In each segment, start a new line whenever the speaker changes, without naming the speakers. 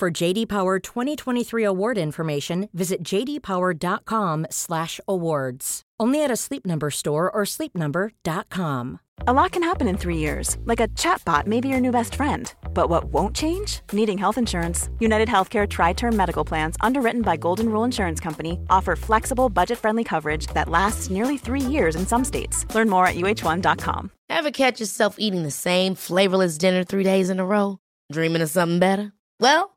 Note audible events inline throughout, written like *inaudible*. For JD Power 2023 award information, visit jdpower.com/awards. Only at a Sleep Number store or sleepnumber.com.
A lot can happen in three years, like a chatbot may be your new best friend. But what won't change? Needing health insurance. United Healthcare Tri Term Medical Plans, underwritten by Golden Rule Insurance Company, offer flexible, budget friendly coverage that lasts nearly three years in some states. Learn more at uh1.com.
Ever catch yourself eating the same flavorless dinner three days in a row? Dreaming of something better? Well,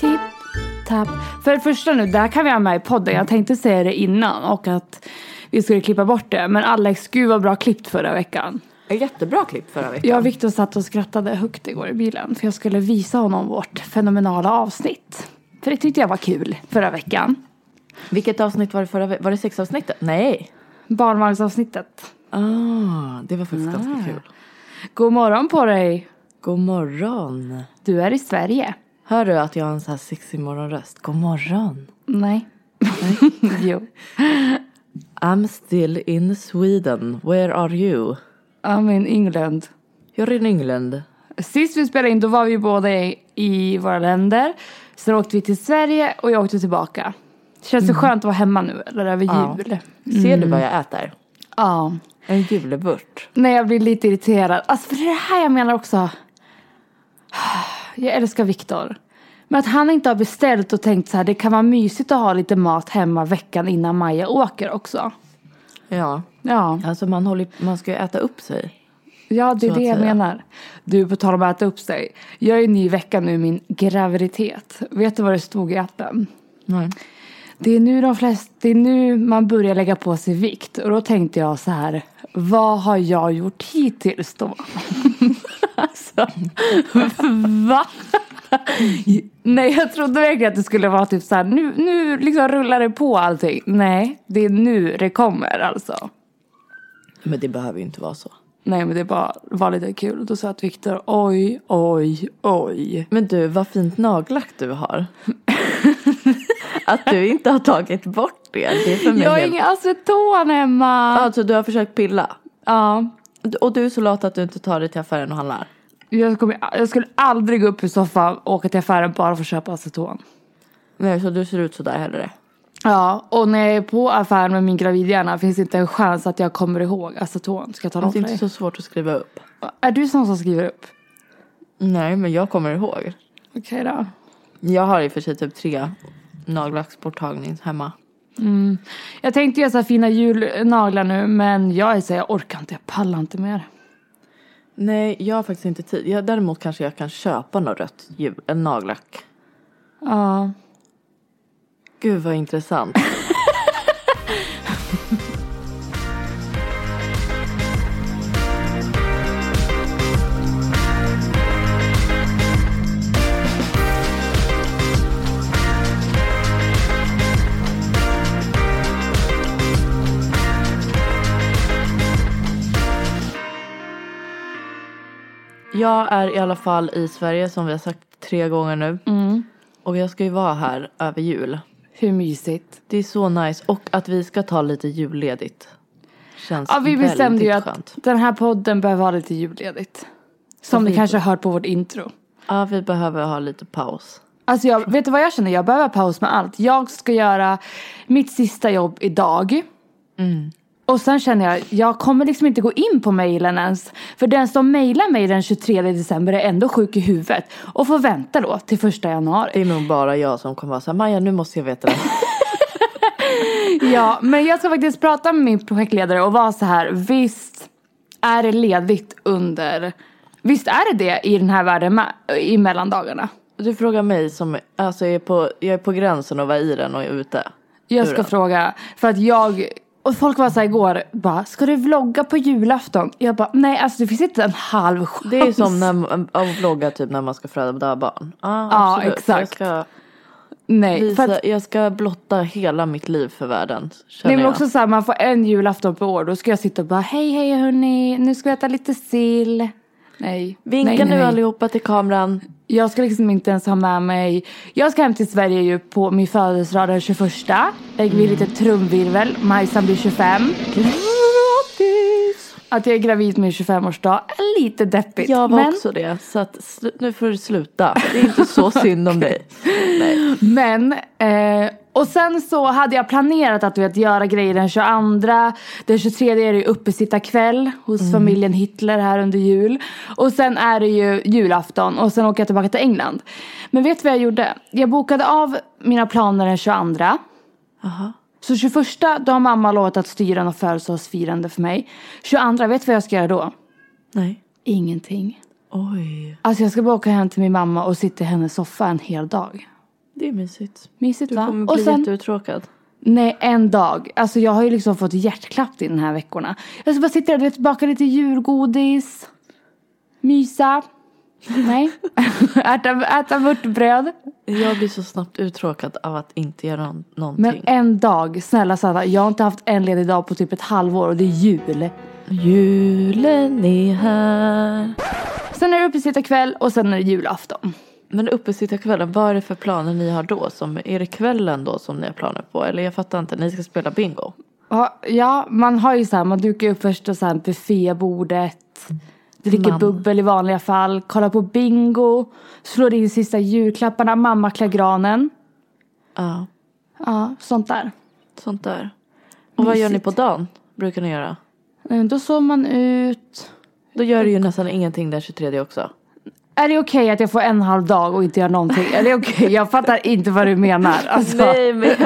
Tipp, tapp. För det första nu, där kan vi ha med i podden. Jag tänkte säga det innan och att vi skulle klippa bort det. Men Alex, gud vad bra klippt förra veckan.
Jättebra klipp förra veckan.
Jag och Viktor satt och skrattade högt igår i bilen för jag skulle visa honom vårt fenomenala avsnitt. För det tyckte jag var kul förra veckan.
Vilket avsnitt var det förra veckan? Var det sexavsnittet? Nej.
Barnvagnsavsnittet.
Ah, det var faktiskt ganska kul.
God morgon på dig!
God morgon.
Du är i Sverige.
Hör du att jag har en sån här sexig morgonröst? God morgon.
Nej. *laughs* jo.
I'm still in Sweden. Where are you?
I'm in England.
You're in England.
Sist vi spelade in då var vi båda i- i våra länder. Sen åkte vi till Sverige och jag åkte tillbaka. Känns det skönt att vara hemma nu eller över
Ja.
jul?
Ser du vad jag äter?
Ja.
En juleburt.
Nej jag blir lite irriterad. Alltså för det är det här jag menar också. Jag älskar Viktor. Men att han inte har beställt och tänkt så här det kan vara mysigt att ha lite mat hemma veckan innan Maja åker också.
Ja.
Ja,
Alltså man, håller, man ska ju äta upp sig.
ja det är
Så
det
att
jag
säga.
menar. Du, på tal om att äta upp sig. Jag är ju ny i veckan nu i min graviditet. Vet du vad det stod i appen?
Nej.
Det är nu de flest, det är nu man börjar lägga på sig vikt och då tänkte jag så här, vad har jag gjort hittills då? *laughs* alltså, va? Nej, jag trodde verkligen att det skulle vara typ så här, nu, nu liksom rullar det på allting. Nej, det är nu det kommer alltså.
Men det behöver ju inte vara så.
Nej, men det bara var lite kul. Då sa jag till Viktor, oj, oj, oj.
Men du, vad fint nagellack du har. *laughs* att du inte har tagit bort det. Det är för mig
Jag har
helt...
ingen aceton, Emma.
Alltså du har försökt pilla.
Ja,
Och du är så lat att du inte tar dig till affären och handlar.
Jag, kommer, jag skulle aldrig gå upp ur soffan och åka till affären bara för att köpa aceton.
Nej, så du ser ut sådär hellre.
Ja, och när jag är på affären med min gravidhjärna finns det inte en chans att jag kommer ihåg aceton. Ska jag ta något
Det är
för
inte
dig?
så svårt att skriva upp.
Är du sån som skriver upp?
Nej, men jag kommer ihåg.
Okej då.
Jag har i och för sig typ tre nagellacksborttagnings hemma.
Jag tänkte göra så här fina julnaglar nu men jag är så här, jag orkar inte, jag pallar inte mer.
Nej, jag har faktiskt inte tid. Jag, däremot kanske jag kan köpa något rött jul, en nagellack.
Ja.
Gud vad intressant. Jag är i alla fall i Sverige som vi har sagt tre gånger nu. Och jag ska ju vara här över jul.
Hur mysigt.
Det är så nice och att vi ska ta lite julledigt. Känns
Ja, vi bestämde
väldigt
ju att
skönt.
den här podden behöver ha lite julledigt. Som ni
vi-
kanske har hört på vårt intro.
Ja, vi behöver ha lite paus.
Alltså jag, vet du vad jag känner? Jag
Mm.
behöver paus med allt. Jag ska göra mitt sista jobb idag. Och sen känner jag, jag kommer liksom inte gå in på mejlen ens. För den som mejlar mig den 23 december är ändå sjuk i huvudet. Och får vänta då till första januari.
Det är nog bara jag som kommer vara såhär, Maja nu måste jag veta det.
Ja, men jag ska faktiskt prata med min projektledare och vara så här. Visst är det ledigt under... Visst är det det i den här världen med, i mellandagarna?
Du frågar mig som, alltså jag är på, jag är på gränsen att vara i den och ute.
Jag
Hur
ska
då?
fråga, för att jag... Och folk var så här igår, bara, ska du vlogga på julafton? Jag bara, nej alltså det finns inte en halv chans.
Det är ju som när, att vlogga typ när man ska föda barn. Ah,
Ja,
absolut.
exakt.
Jag ska,
nej, för
visa,
att,
jag ska blotta hela mitt liv för världen.
nej,
Känner
men
jag.
också så här, man får en julafton per år. Då ska jag sitta och bara, hej hej hörni, nu ska vi äta lite sill. Nej.
Vinka
nej, nej,
nu
nej.
allihopa till kameran.
Jag ska liksom inte ens ha med mig... Jag ska hem till Sverige ju på min födelsedag den 21. Lägger vi
Mm.
lite trumvirvel. Majsan blir 25. Grattis! Att jag är gravid med 25-årsdag är lite deppigt.
Jag var
men,
också det. Så att slu- nu får du sluta. Det är inte så
*laughs*
synd om dig.
Men... Eh, och sen så hade jag planerat att du vet, göra grejer den 22. Den 23 är det ju uppesittarkväll hos
Mm.
familjen Hitler här under jul. Och sen är det ju julafton och sen åker jag tillbaka till England. Men vet du vad jag gjorde? Jag bokade av mina planer den 22. Så 21 då har mamma lovat att styra något födelsedagsfirande för mig. 22 vet du vad jag ska göra då?
Nej.
Ingenting.
Oj.
Alltså jag ska bara åka hem till min mamma och sitta i hennes soffa en hel dag.
Det är mysigt.
Mysigt
Du
va?
kommer
och
bli
sen,
jätteuttråkad.
nej en dag. Alltså jag har ju liksom fått hjärtklapp i den här veckorna. Jag ska bara sitta där och du vet, baka lite julgodis. Mysa. Nej. *laughs* äta, äta vörtbröd.
Jag blir så snabbt uttråkad av att inte göra nå-
Men
någonting.
en dag, snälla Sanna. Jag har inte haft en ledig dag på typ ett halvår och det är jul.
Julen är här.
Sen är det uppesittarkväll och sen är det julafton.
Men uppesittarkvällen, vad är det för planer ni har då? Som, är det kvällen då som ni har planer på? Eller jag fattar inte, ni ska spela bingo?
Ja, Ja, man har ju så här, man dukar ju upp första så här buffébordet. Dricker
Mamma.
bubbel i vanliga fall, kollar på bingo, slår in sista julklapparna, mamma klär granen.
Ja,
Ja, sånt där.
sånt där. Och vad gör ni på dagen? Brukar ni göra?
Eh, Då såg man ut.
Då gör du ju nästan ingenting den 23 också.
Är det okej att jag får en halv dag och inte gör någonting? Är det okej? Jag fattar inte vad du
*laughs*
menar. Alltså,
men jag,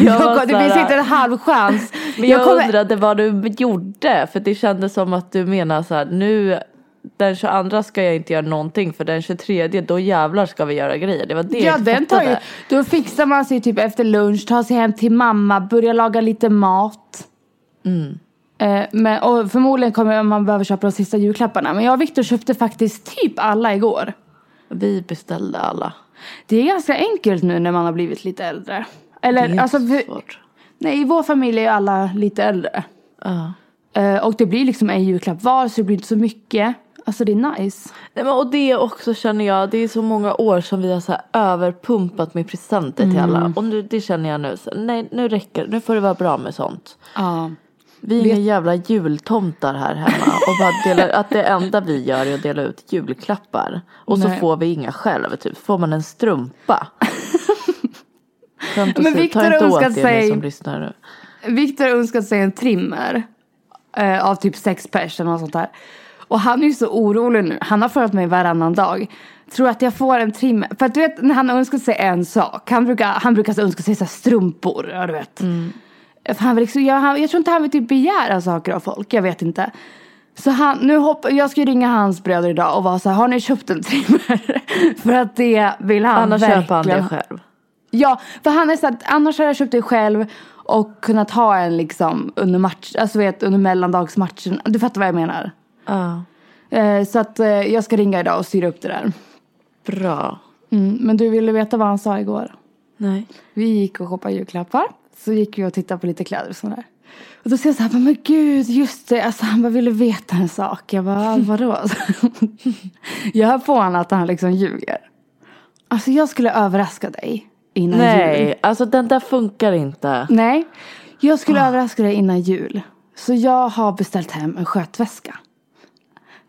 jag
var
kom- det finns
såhär-
inte en halv chans.
*laughs* Men jag,
kommer-
undrade vad du gjorde för det kändes som att du menar så här nu den 22 ska jag inte göra någonting för den 23 då jävlar ska vi göra grejer. Det var det
Ja,
jag inte
den tar ju,
fattade.
då fixar man sig typ efter lunch, tar sig hem till mamma, börjar laga lite mat.
Mm.
Eh, men, och förmodligen kommer man behöva köpa de sista julklapparna. Men jag och Viktor köpte faktiskt typ alla igår.
Vi beställde alla.
Det är ganska enkelt nu när man har blivit lite äldre. Eller,
Det är
alltså,
inte
vi-
så svårt.
nej, i vår familj är ju alla lite äldre.
Ja.
Eh, och det blir liksom en julklapp var, så det blir inte så mycket. Alltså det är nice.
Nej, men, och det också känner jag, det är så många år som vi har så här överpumpat med presenter
Mm.
till alla. Och nu, det känner jag nu, så, nej nu räcker det, nu får det vara bra med sånt.
Ja.
Vi är inga jävla jultomtar här hemma och bara delar, att det enda vi gör är att dela ut julklappar. Och
Nej.
så får vi inga själv, typ. får man en strumpa. Skämt
Men
åsido, ta
Victor
inte åt
önskar
er, ni
sig-
som lyssnar nu.
Viktor önskade sig en trimmer eh, av typ sex pers eller något sånt där. Och han är ju så orolig nu. Han har frågat mig varannan dag. Tror att jag får en trimmer? För att du vet när han önskar sig en sak. Han brukar, han brukar så önska sig så här strumpor. Ja, du vet.
Mm.
För han vill liksom, jag, han, jag tror inte han vill typ begära saker av folk. Jag vet inte. Så han, nu hopp, jag ska ju ringa hans bröder idag och vara så här, har ni köpt en trimmer? *laughs* för att det vill han
Annars
verkligen.
köper han det själv.
Ja, för han är så att annars har jag köpt det själv och kunnat ha en liksom under match, alltså vet under mellandagsmatchen. Du fattar vad jag menar.
Ja,
Eh, så att eh, jag ska ringa idag och styra upp det där.
bra.
Mm, men du ville veta vad han sa igår?
Nej.
Vi gick och shoppade julklappar. Så gick vi och tittade på lite kläder och sådär. Och då säger jag så här, bara, men gud just det. Alltså han bara ville veta en sak. Jag bara, vadå? *laughs* jag hör på honom att han liksom ljuger. Alltså jag skulle överraska dig innan jul.
Nej, alltså den där funkar inte.
Nej, jag skulle överraska dig innan jul. Så jag har beställt hem en skötväska.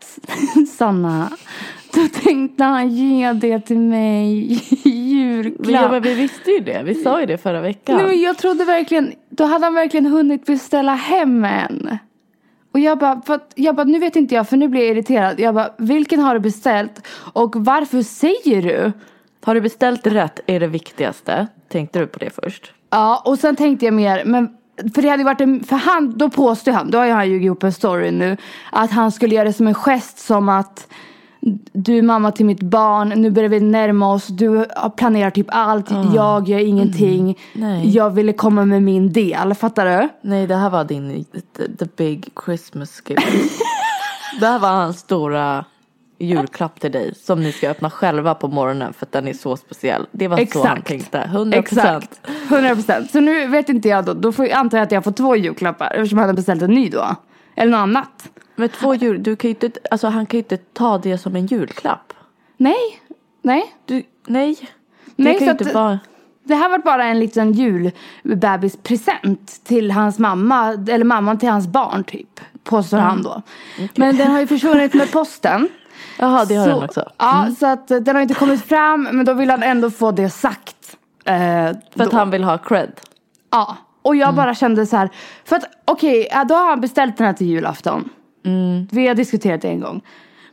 S- *laughs* Sanna, då tänkte han ge det till mig *laughs* i
Men, ja,
julklapp.
men vi visste ju det, vi sa ju det förra veckan.
Nej, men jag trodde verkligen Då hade han verkligen hunnit beställa hem en. Och jag bara, för att, jag bara, nu vet inte jag för nu blir jag irriterad. Jag bara, vilken har du beställt? Och varför säger du?
Har du beställt rätt är det viktigaste. Tänkte du på det först?
Ja, och sen tänkte jag mer, men för det hade ju varit en, för han, då påstår han, då har ju han ljugit ihop en story nu, att han skulle göra det som en gest som att du är mamma till mitt barn, nu börjar vi närma oss, du planerar typ allt, jag gör ingenting,
Nej.
jag ville komma med min del, fattar du?
Nej, det här var din the, the big Christmas *laughs* gift. det här var hans stora julklapp till dig som ni ska öppna själva på morgonen för att den är så speciell. Det var så han
Exakt.
tänkte. 100%.
Exakt, 100%. Så nu vet inte jag då, då får jag, antar jag att jag får två julklappar eftersom han har beställt en ny då. Eller något annat.
Men två jul, du kan ju inte, alltså han kan ju inte ta det som en julklapp.
Nej, nej.
Du, nej. Det
Nej,
kan
så
ju inte
att-
vara.
Det här var bara en liten julbebispresent till hans mamma, eller mamman till hans barn typ, påstår han
Mm.
då. Men den har ju försvunnit
*laughs*
med posten.
Jaha, det har
så,
den också. Mm.
Ja, så att eh, den har inte kommit fram, men då vill han ändå få det sagt. Eh,
För
då.
att han vill ha cred.
Ja, och
Mm.
jag bara kände så här, för att okej, ja, då har han beställt den här till julafton.
Mm.
Vi har diskuterat det en gång.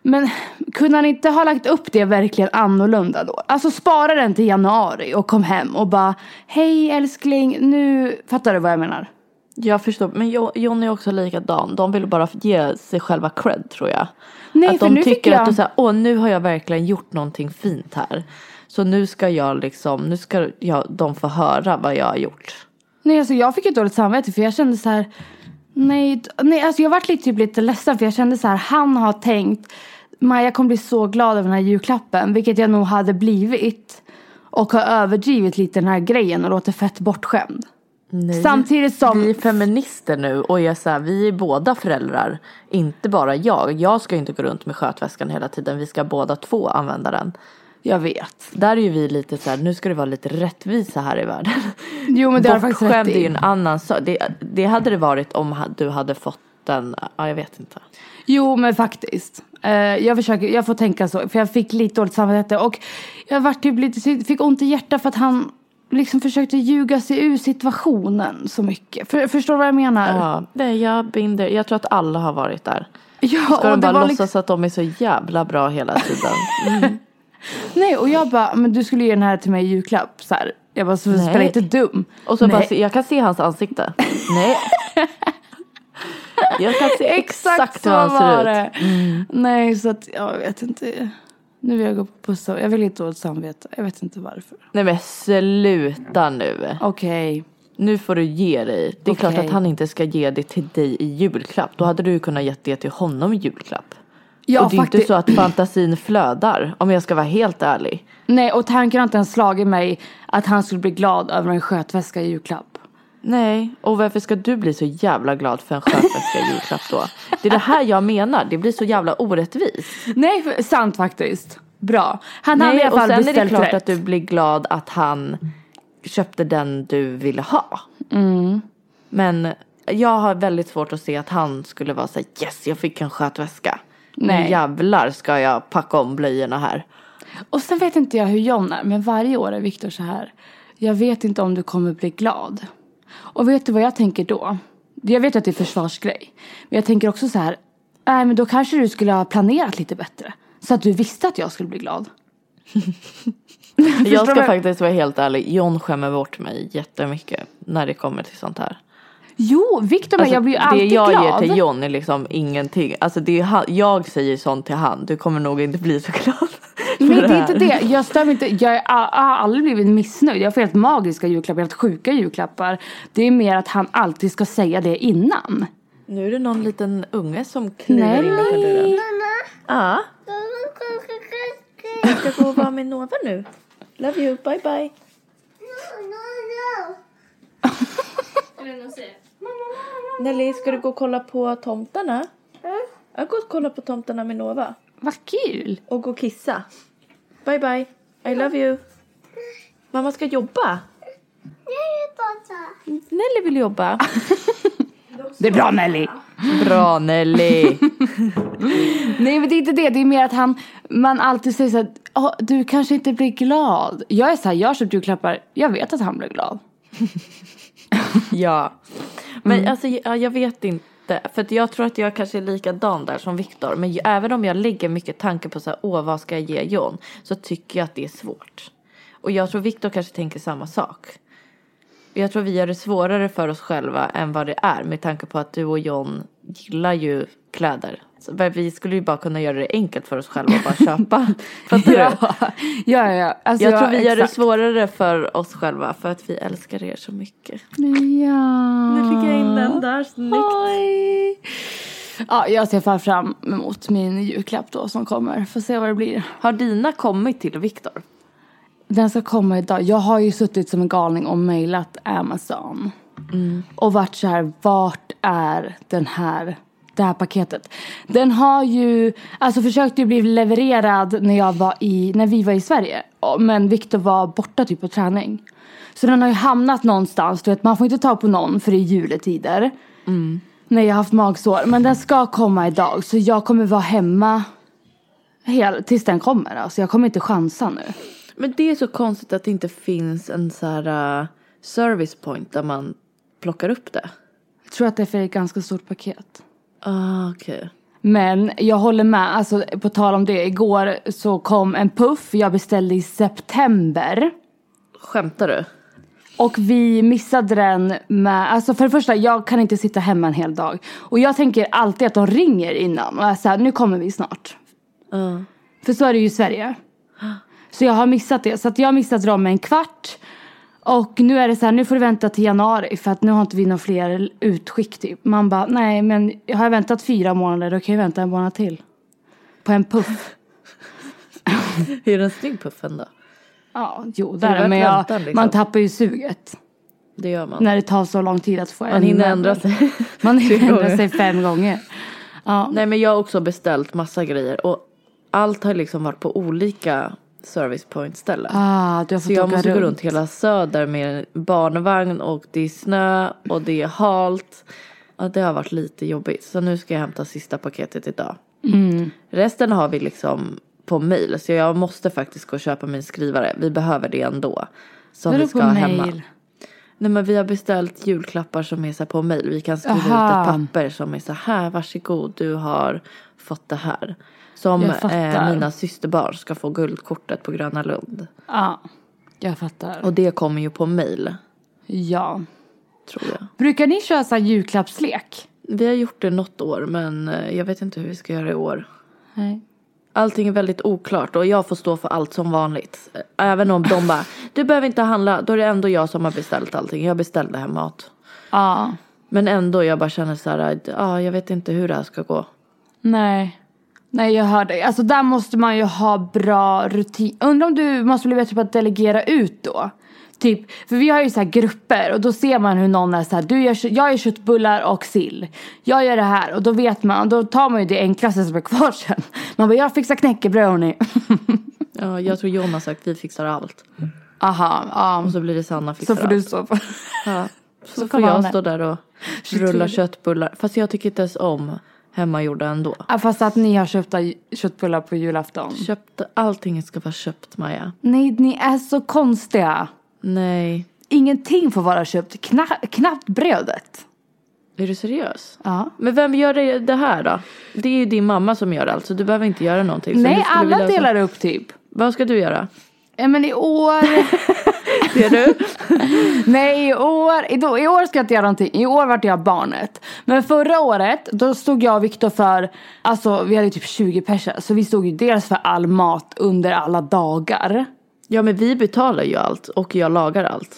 Men kunde han inte ha lagt upp det verkligen annorlunda då? Alltså spara den till januari och kom hem och bara Hej älskling, nu fattar du vad jag menar?
Jag förstår, men Jo- Johnny är också likadan. De vill bara ge sig själva cred tror jag.
Nej,
att
för
de
nu fick
tycker
jag-
att du säger, åh nu har jag verkligen gjort någonting fint här. Så nu ska jag liksom, nu ska jag, de få höra vad jag har gjort.
Nej alltså jag fick ju dåligt samvete för jag kände så här Nej, d- nej alltså jag vart lite, typ lite ledsen för jag kände så här han har tänkt Maja kommer bli så glad över den här julklappen vilket jag nog hade blivit och har överdrivit lite den här grejen och låter fett bortskämd.
Nej.
Samtidigt som
Vi är feminister nu och jag är så här, vi är båda föräldrar. Inte bara jag. Jag ska ju inte gå runt med skötväskan hela tiden. Vi ska båda två använda den.
jag vet.
Där är ju vi lite så här, nu ska det vara lite rättvisa här i världen.
Jo men det har du faktiskt
Bortskämd
rätt
är ju
i.
en annan sak. Det, det hade det varit om ha- du hade fått den, ja jag vet inte.
Jo men faktiskt. Eh, jag, försöker, jag får tänka så för jag fick lite dåligt samvete och jag vart typ lite, fick ont i hjärtat för att han liksom försökte ljuga sig ur situationen så mycket. För, förstår du vad jag menar?
Ja, nej jag binder, jag tror att alla har varit där.
Ja,
Ska
och
de
det
bara
var
låtsas
liksom,
att de är så jävla bra hela tiden?
liksom- nej, och jag bara, men du skulle ge den här till mig i julklapp. Så här. Jag bara, så
Nej.
spela inte dum.
Och så
Nej.
bara, se- jag kan se hans ansikte. Nej. Jag kan se exakt, hur han
så
ser
var
ut. Mm.
det. Nej, så att jag vet inte. Nu vill jag gå på pussa. Jag vill inte åt samvete. Jag vet inte varför.
Nej men sluta nu.
Okej.
Nu får du ge dig. Det är klart
Okej.
att han inte ska ge det till dig i julklapp. Då hade du ju kunnat ge det till honom i julklapp.
Ja,
och det är inte så att fantasin flödar om jag ska vara helt ärlig.
Nej, och tanken har inte ens slagit mig att han skulle bli glad över en skötväska i julklapp.
Nej, och varför ska du bli så jävla glad för en skötväska i julklapp då? Det är det här jag menar, det blir så jävla orättvist.
Nej, för, sant faktiskt. Bra. Han hade i
Nej,
alla
och
fall
sen är det
beställt
klart
rätt.
att du blir glad att han köpte den du ville ha.
Mm.
Men jag har väldigt svårt att se att han skulle vara så här, yes jag fick en skötväska. Nu
Nej.
jävlar ska jag packa om blöjorna här.
Och sen vet inte jag hur John är, men varje år är Viktor så här. Jag vet inte om du kommer bli glad. Och vet du vad jag tänker då? Jag vet att det är försvarsgrej. Men jag tänker också så här. Nej, men då kanske du skulle ha planerat lite bättre. Så att du visste att jag skulle bli glad.
Jag ska
du?
faktiskt vara helt ärlig, John skämmer bort mig jättemycket när det kommer till sånt här.
Jo, Viktor, men
Alltså,
jag blir ju alltid
det jag
glad.
ger till John är liksom ingenting. Alltså det är han, jag säger sånt till han. Du kommer nog inte bli så glad. för
Nej, det är
här.
inte det. Jag stör mig inte. Jag är- jag har aldrig blivit missnöjd. Jag får helt magiska julklappar, helt sjuka julklappar. Det är mer att han alltid ska säga det innan.
*laughs* Nu är det någon liten unge som kliver in utanför dörren.
Uh?
Ja. Jag
*laughs*
ska gå och vara med Nova nu. Love you, bye bye. Nelly, ska du gå och kolla på tomtarna? Jag går och kolla på tomtarna med Nova.
Vad kul!
och gå och kissa. Bye bye. I love you. Mamma ska jobba. Nelly vill jobba.
Det är bra Nelly!
Bra Nelly.
Nej men det är inte det, det är mer att han, man alltid säger
*laughs*
såhär, du kanske inte blir glad. Jag är såhär, jag har köpt julklappar, jag vet att han blir glad.
Ja. Men
Mm.
alltså ja, jag vet inte. För att jag tror att jag kanske är likadan där som Viktor. Men ju, även om jag lägger mycket tanke på så här, åh vad ska jag ge John? Så tycker jag att det är svårt. Och jag tror Viktor kanske tänker samma sak. Jag tror vi gör det svårare för oss själva än vad det är. Med tanke på att du och John gillar ju kläder. Så, men vi skulle ju bara kunna göra det enkelt för oss själva och bara köpa.
*laughs*
Fattar
Ja,
*laughs* du?
ja, ja. Alltså,
Jag tror vi gör det
exakt.
svårare för oss själva för att vi älskar er så mycket.
Ja.
Nu fick jag in den där, snyggt.
Oj. Ja, jag ser fan fram emot min julklapp då som kommer. Får se vad det blir.
Har dina kommit till Viktor?
Den ska komma idag. Jag har ju suttit som en galning och mejlat Amazon. Och varit så här, vart är den här, det här paketet? Den har ju, alltså försökte ju bli levererad när jag var i, när vi var i Sverige. Ja, Men Viktor var borta typ på träning. Så den har ju hamnat någonstans, du vet man får inte ta på någon för det är juletider. När jag har haft magsår. Men den ska komma idag så jag kommer vara hemma hel, tills den kommer. Alltså jag kommer inte chansa nu.
Men det är så konstigt att det inte finns en så här uh, service point där man plockar upp det.
Jag tror att det är för ett ganska stort paket.
Ah, okej.
Men jag håller med, alltså på tal om det, igår så kom en puff jag beställde i september.
Skämtar du?
Och vi missade den med, alltså för det första jag kan inte sitta hemma en hel dag. Och jag tänker alltid att de ringer innan och är såhär, nu kommer vi snart.
Ja.
För så är det ju i Sverige. Så jag har missat det, så att jag har missat dem med en kvart. Och nu är det så här, nu får du vänta till januari för att nu har inte vi några fler utskick typ. Man bara, nej men har jag väntat fyra månader då kan jag vänta en månad till. På en puff.
Är den snygg puffen då?
Ja, jo
det
där,
var
men jag,
väntan, liksom.
man tappar ju suget.
Det gör man.
När det tar så lång tid att få
Man
en
hinner
vän.
ändra sig. *laughs*
Man
Tre
hinner ändra
gånger.
sig fem gånger. Ja.
Nej men jag har också beställt massa grejer och allt har liksom varit på olika service point ställen.
Ah, du har fått
Så jag
åka
måste
runt.
gå runt hela söder med barnvagn och det är snö och det är halt. Ja, det har varit lite jobbigt. Så nu ska jag hämta sista paketet idag.
Mm.
Resten har vi liksom på mail. Så jag måste faktiskt gå och köpa min skrivare. Vi behöver det ändå. Som
Vadå
vi ska
på
ha
mail?
hemma. Nej men vi har beställt julklappar som är så här på mail. Vi kan skriva ut
Aha.
ett papper som är så här. Varsågod du har fått det här. Som
Jag fattar.
eh, mina systerbarn ska få guldkortet på Gröna Lund.
Ja, jag fattar.
Och det kommer ju på mail.
Ja.
tror jag.
Brukar ni köra så här julklappslek?
Vi har gjort det något år men eh, jag vet inte hur vi ska göra i år.
Nej.
Allting är väldigt oklart och jag får stå för allt som vanligt. Eh, Även om de bara, *laughs* du behöver inte handla, då är det ändå jag som har beställt allting. Jag beställde hem mat.
Ja.
Men ändå, jag bara känner så här, "Ah, ja jag vet inte hur det här ska gå.
Nej. Nej, jag hör dig. Alltså där måste man ju ha bra rutin. Undrar om du måste bli bättre på att delegera ut då? Typ, för vi har ju så här grupper och då ser man hur någon är så här, du gör, kö- jag gör köttbullar och sill. Jag gör det här och då vet man, och då tar man ju det enklaste som är kvar sen. Man bara, jag fixar knäckebröd hörni.
Ja, jag tror John har sagt, vi fixar allt.
Aha, ja.
Och så blir det Sanna fixar
Så får du
allt.
stå på.
Ja. Så,
så
får
kan
jag
man det.
stå där
*laughs*
och rulla köttbullar. Fast jag tycker inte ens om hemmagjorda ändå.
Ja, Fast att ni har köpta ju- köttbullar på julafton.
Köpt, allting ska vara köpt Maja.
Nej, ni är så konstiga.
Nej.
Ingenting får vara köpt, Kna knappt brödet.
Är du seriös?
Ja.
Men vem gör det- det här då? Det är ju din mamma som gör allt så du behöver inte göra någonting. Så du
Nej,
skulle
alla
vilja-
delar upp typ.
Vad ska du göra?
Ja, men i år... *laughs*
Ser du?
Nej, i år, i, då, i år ska jag inte göra någonting. I år vart jag barnet. Men förra året, då stod jag och Viktor för... Alltså, vi hade ju typ 20 personer. Så vi stod ju dels för all mat under alla dagar.
*laughs* Ja men vi betalar ju allt och jag lagar allt.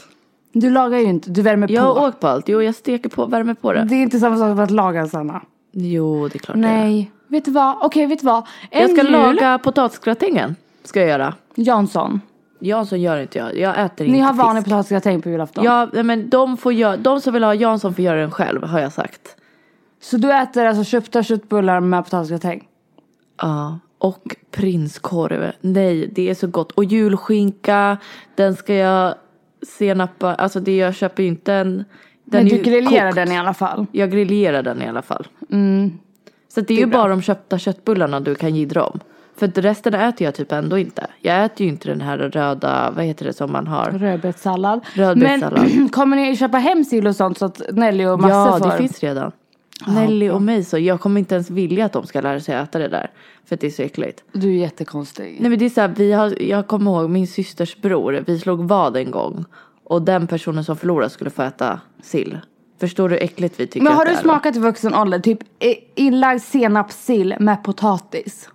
Du lagar ju inte, du värmer
Jag
på.
har åkt på allt. Jo jag steker på, värmer på det.
Det är inte samma sak som att laga, Sanna.
Jo det är klart det är.
Nej, vet du vad? Okej, vet du vad? En
Jag ska
jul,
laga potatisgratängen. Ska jag göra.
Jansson.
Jansson gör inte jag. Jag äter inte
Ni har
fisk.
vanlig potatisgratäng på julafton.
Ja nej, men de, får göra, de som vill ha Jansson får göra den själv har jag sagt.
Så du äter alltså köpta köttbullar med potatisgratäng?
Ja, och prinskorv. Nej, det är så gott. Och julskinka, den ska jag senapa. Alltså det, jag köper ju inte en... Den
Men
är
du
ju
grillerar
kokt.
den i alla fall. Mm.
Jag grillerar den i alla fall. Så det är ju bara de köpta köttbullarna du kan jiddra om. För att resten äter jag typ ändå inte. Jag äter ju inte den här röda, vad heter det som man har?
Rödbetssallad.
Rödbetssallad.
Men *clears throat* kommer ni köpa hem sill och sånt så att Nelly och Masse
Ja,
får?
det finns redan. Nelly och mig så, jag kommer inte ens vilja att de ska lära sig äta det där. För att det är så äckligt.
Du är jättekonstig.
Nej men det är så här, vi har, jag kommer ihåg min systers bror, vi slog vad en gång. Och den personen som förlorade skulle få äta sill. Förstår du hur äckligt vi tycker
Men
att
har
det
du
är då?
smakat i vuxen ålder? Typ i- inlagd senapssill med potatis.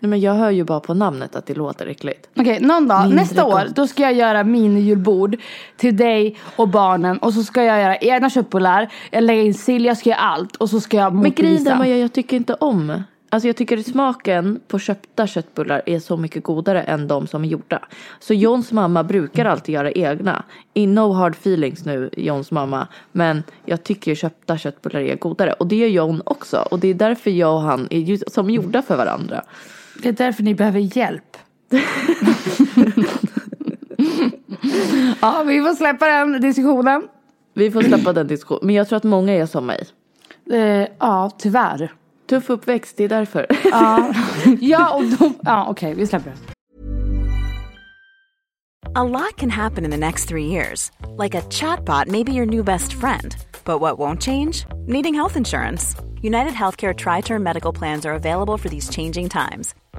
Nej men jag hör ju bara på namnet att det låter äckligt.
Okej, någon dag,
Mindre
nästa år,
gott.
då ska jag göra minijulbord till dig och barnen. Och så ska jag göra egna köttbullar, jag lägger in sill, jag ska göra allt. Och så ska jag
Men grejen
motbevisa.
är jag, jag tycker inte om. Alltså jag tycker att smaken på köpta köttbullar är så mycket godare än de som är gjorda. Så Johns mamma brukar alltid göra egna. In no hard feelings nu Johns mamma. Men jag tycker ju köpta köttbullar är godare. Och det gör John också. Och det är därför jag och han är ju som gjorda för varandra.
Det är därför ni behöver hjälp. *laughs* ja, vi får släppa den diskussionen.
Vi får släppa den diskussionen. Men jag tror att många är som mig.
Eh, ja, tyvärr.
Tuff uppväxt, det är därför.
Ja, och de, ja okej, vi släpper den.
A lot can happen in the next three years. Like a chatbot may be your new best friend. But what won't change? Needing health insurance. United Healthcare Tri Term Medical Plans are available for these changing times.